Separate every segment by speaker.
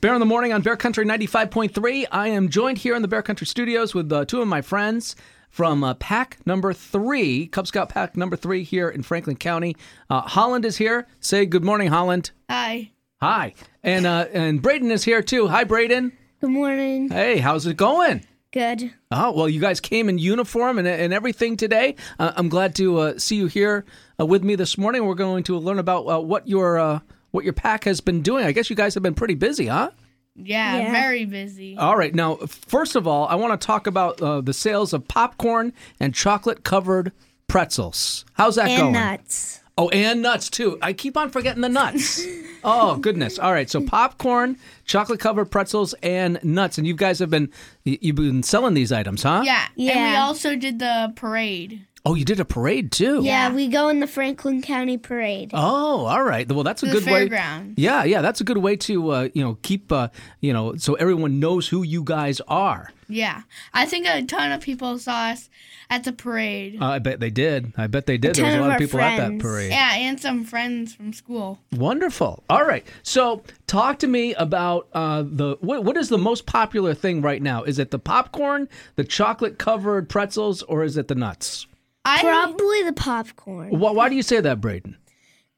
Speaker 1: Bear in the Morning on Bear Country 95.3. I am joined here in the Bear Country studios with uh, two of my friends from uh, pack number three, Cub Scout pack number three here in Franklin County. Uh, Holland is here. Say good morning, Holland.
Speaker 2: Hi.
Speaker 1: Hi. And, uh, and Braden is here too. Hi, Braden.
Speaker 3: Good morning.
Speaker 1: Hey, how's it going?
Speaker 3: Good.
Speaker 1: Oh, well, you guys came in uniform and, and everything today. Uh, I'm glad to uh, see you here uh, with me this morning. We're going to learn about uh, what your uh, what your pack has been doing. I guess you guys have been pretty busy, huh?
Speaker 2: Yeah,
Speaker 3: Yeah.
Speaker 2: very busy.
Speaker 1: All right. Now, first of all, I want to talk about uh, the sales of popcorn and chocolate covered pretzels. How's that
Speaker 3: And
Speaker 1: going?
Speaker 3: nuts.
Speaker 1: Oh, and nuts too. I keep on forgetting the nuts. oh goodness! All right, so popcorn, chocolate covered pretzels, and nuts, and you guys have been you- you've been selling these items, huh?
Speaker 2: yeah. And we
Speaker 3: Yeah.
Speaker 2: also did the parade.
Speaker 1: Oh, you did a parade too.
Speaker 3: Yeah,
Speaker 2: Yeah.
Speaker 3: we go in the Franklin County Parade.
Speaker 1: Oh, all right. Well, that's a
Speaker 2: The
Speaker 1: good way.
Speaker 2: fairground.
Speaker 1: Yeah, yeah, that's a good way to uh, you know keep uh, you know so everyone knows who you guys are.
Speaker 2: Yeah. I think a ton of people saw us at the parade.
Speaker 1: Uh, I bet they did. I bet they did. there was
Speaker 3: ton
Speaker 1: a
Speaker 3: of
Speaker 1: lot of
Speaker 3: our
Speaker 1: people at that
Speaker 3: friends.
Speaker 1: parade.
Speaker 2: yeah, and some friends from school.
Speaker 1: Wonderful. All right. So, talk to me about uh, the what, what is the most popular thing right now? Is it the popcorn, the chocolate covered pretzels, or is it the nuts?
Speaker 2: I
Speaker 3: Probably the popcorn.
Speaker 1: Why, why do you say that, Braden?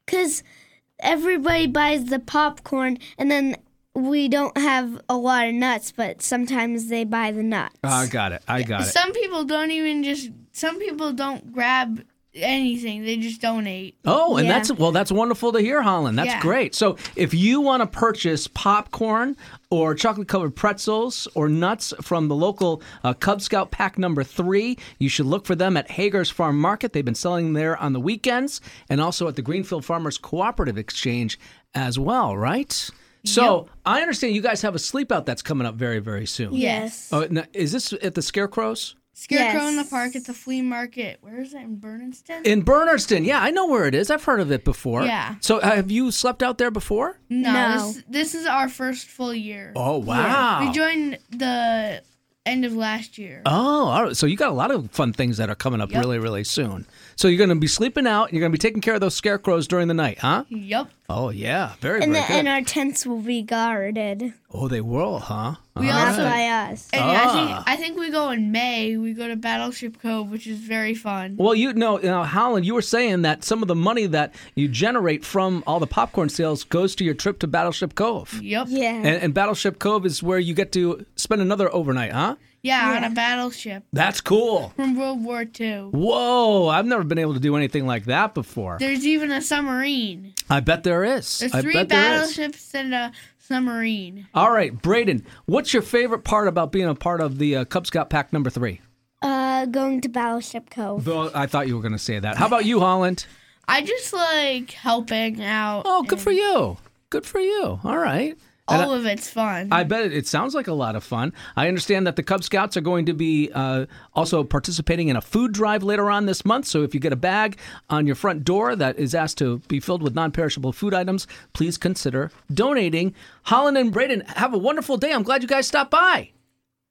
Speaker 3: Because everybody buys the popcorn and then we don't have a lot of nuts, but sometimes they buy the nuts.
Speaker 1: I got it. I got it.
Speaker 2: some people don't even just some people don't grab anything. They just donate.
Speaker 1: Oh, and
Speaker 3: Yeah.
Speaker 1: that's well, that's wonderful to hear, Holland. That's
Speaker 2: Yeah.
Speaker 1: great. So, if you want to purchase popcorn or chocolate covered pretzels or nuts from the local uh, Cub Scout pack number three, you should look for them at Hager's Farm Market. They've been selling there on the weekends and also at the Greenfield Farmers Cooperative Exchange as well, right? So, I understand you guys have a sleepout that's coming up very, very soon.
Speaker 3: Yes.
Speaker 1: Oh, now, is this at the Scarecrow's?
Speaker 2: Scarecrow in the
Speaker 3: Yes.
Speaker 2: park at the flea market. Where is that in Burniston?
Speaker 1: In Bernerston, yeah, I know where it is. I've heard of it before.
Speaker 2: Yeah.
Speaker 1: So, uh, have you slept out there before?
Speaker 2: no.
Speaker 3: No.
Speaker 2: This, this is our first full year.
Speaker 1: Oh wow!
Speaker 2: We joined the end of last year.
Speaker 1: oh, all right. so you got a lot of fun things that are coming up
Speaker 2: Yep.
Speaker 1: really, really soon. So you're going to be sleeping out. You're going to be taking care of those scarecrows during the night, huh?
Speaker 2: Yep.
Speaker 1: Oh yeah, very,
Speaker 3: And, the,
Speaker 1: very good.
Speaker 3: and our tents will be guarded.
Speaker 1: oh, they whirl, huh? Uh-huh.
Speaker 2: We
Speaker 1: All
Speaker 3: Not
Speaker 2: also-
Speaker 1: right.
Speaker 3: by us.
Speaker 2: And yeah,
Speaker 1: Ah.
Speaker 2: I think I think we go in May. We go to Battleship Cove, which is very fun.
Speaker 1: Well, you know, you know, Holland, you were saying that some of the money that you generate from all the popcorn sales goes to your trip to Battleship Cove.
Speaker 2: Yep. Yeah,
Speaker 3: Yeah.
Speaker 1: And, and Battleship Cove is where you get to spend another overnight, huh?
Speaker 2: on a battleship
Speaker 1: That's cool.
Speaker 2: from World War II.
Speaker 1: Whoa, I've never been able to do anything like that before.
Speaker 2: There's even a submarine.
Speaker 1: I bet there is.
Speaker 2: There's
Speaker 1: I
Speaker 2: three
Speaker 1: bet there is.
Speaker 2: battleships and a submarine.
Speaker 1: All right, Braden, what's your favorite part about being a part of the uh, Cub Scout Pack number three?
Speaker 3: uh, going to Battleship Cove.
Speaker 1: Though I thought you were going to say that. How about you, Holland?
Speaker 2: I just like helping out.
Speaker 1: Oh, good for
Speaker 2: and
Speaker 1: you. Good for you. All right. And
Speaker 2: All of it's fun.
Speaker 1: I bet it, it sounds like a lot of fun. I understand that the Cub Scouts are going to be uh, also participating in a food drive later on this month. So if you get a bag on your front door that is asked to be filled with non perishable food items, please consider donating. Holland and Braden, have a wonderful day. I'm glad you guys stopped by.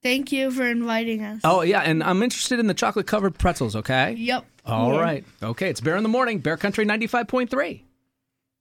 Speaker 2: Thank you for inviting us.
Speaker 1: Oh, yeah. And I'm interested in the chocolate covered pretzels, okay?
Speaker 2: Yep.
Speaker 1: All right. Okay. It's Bear in the Morning, Bear Country 95.3.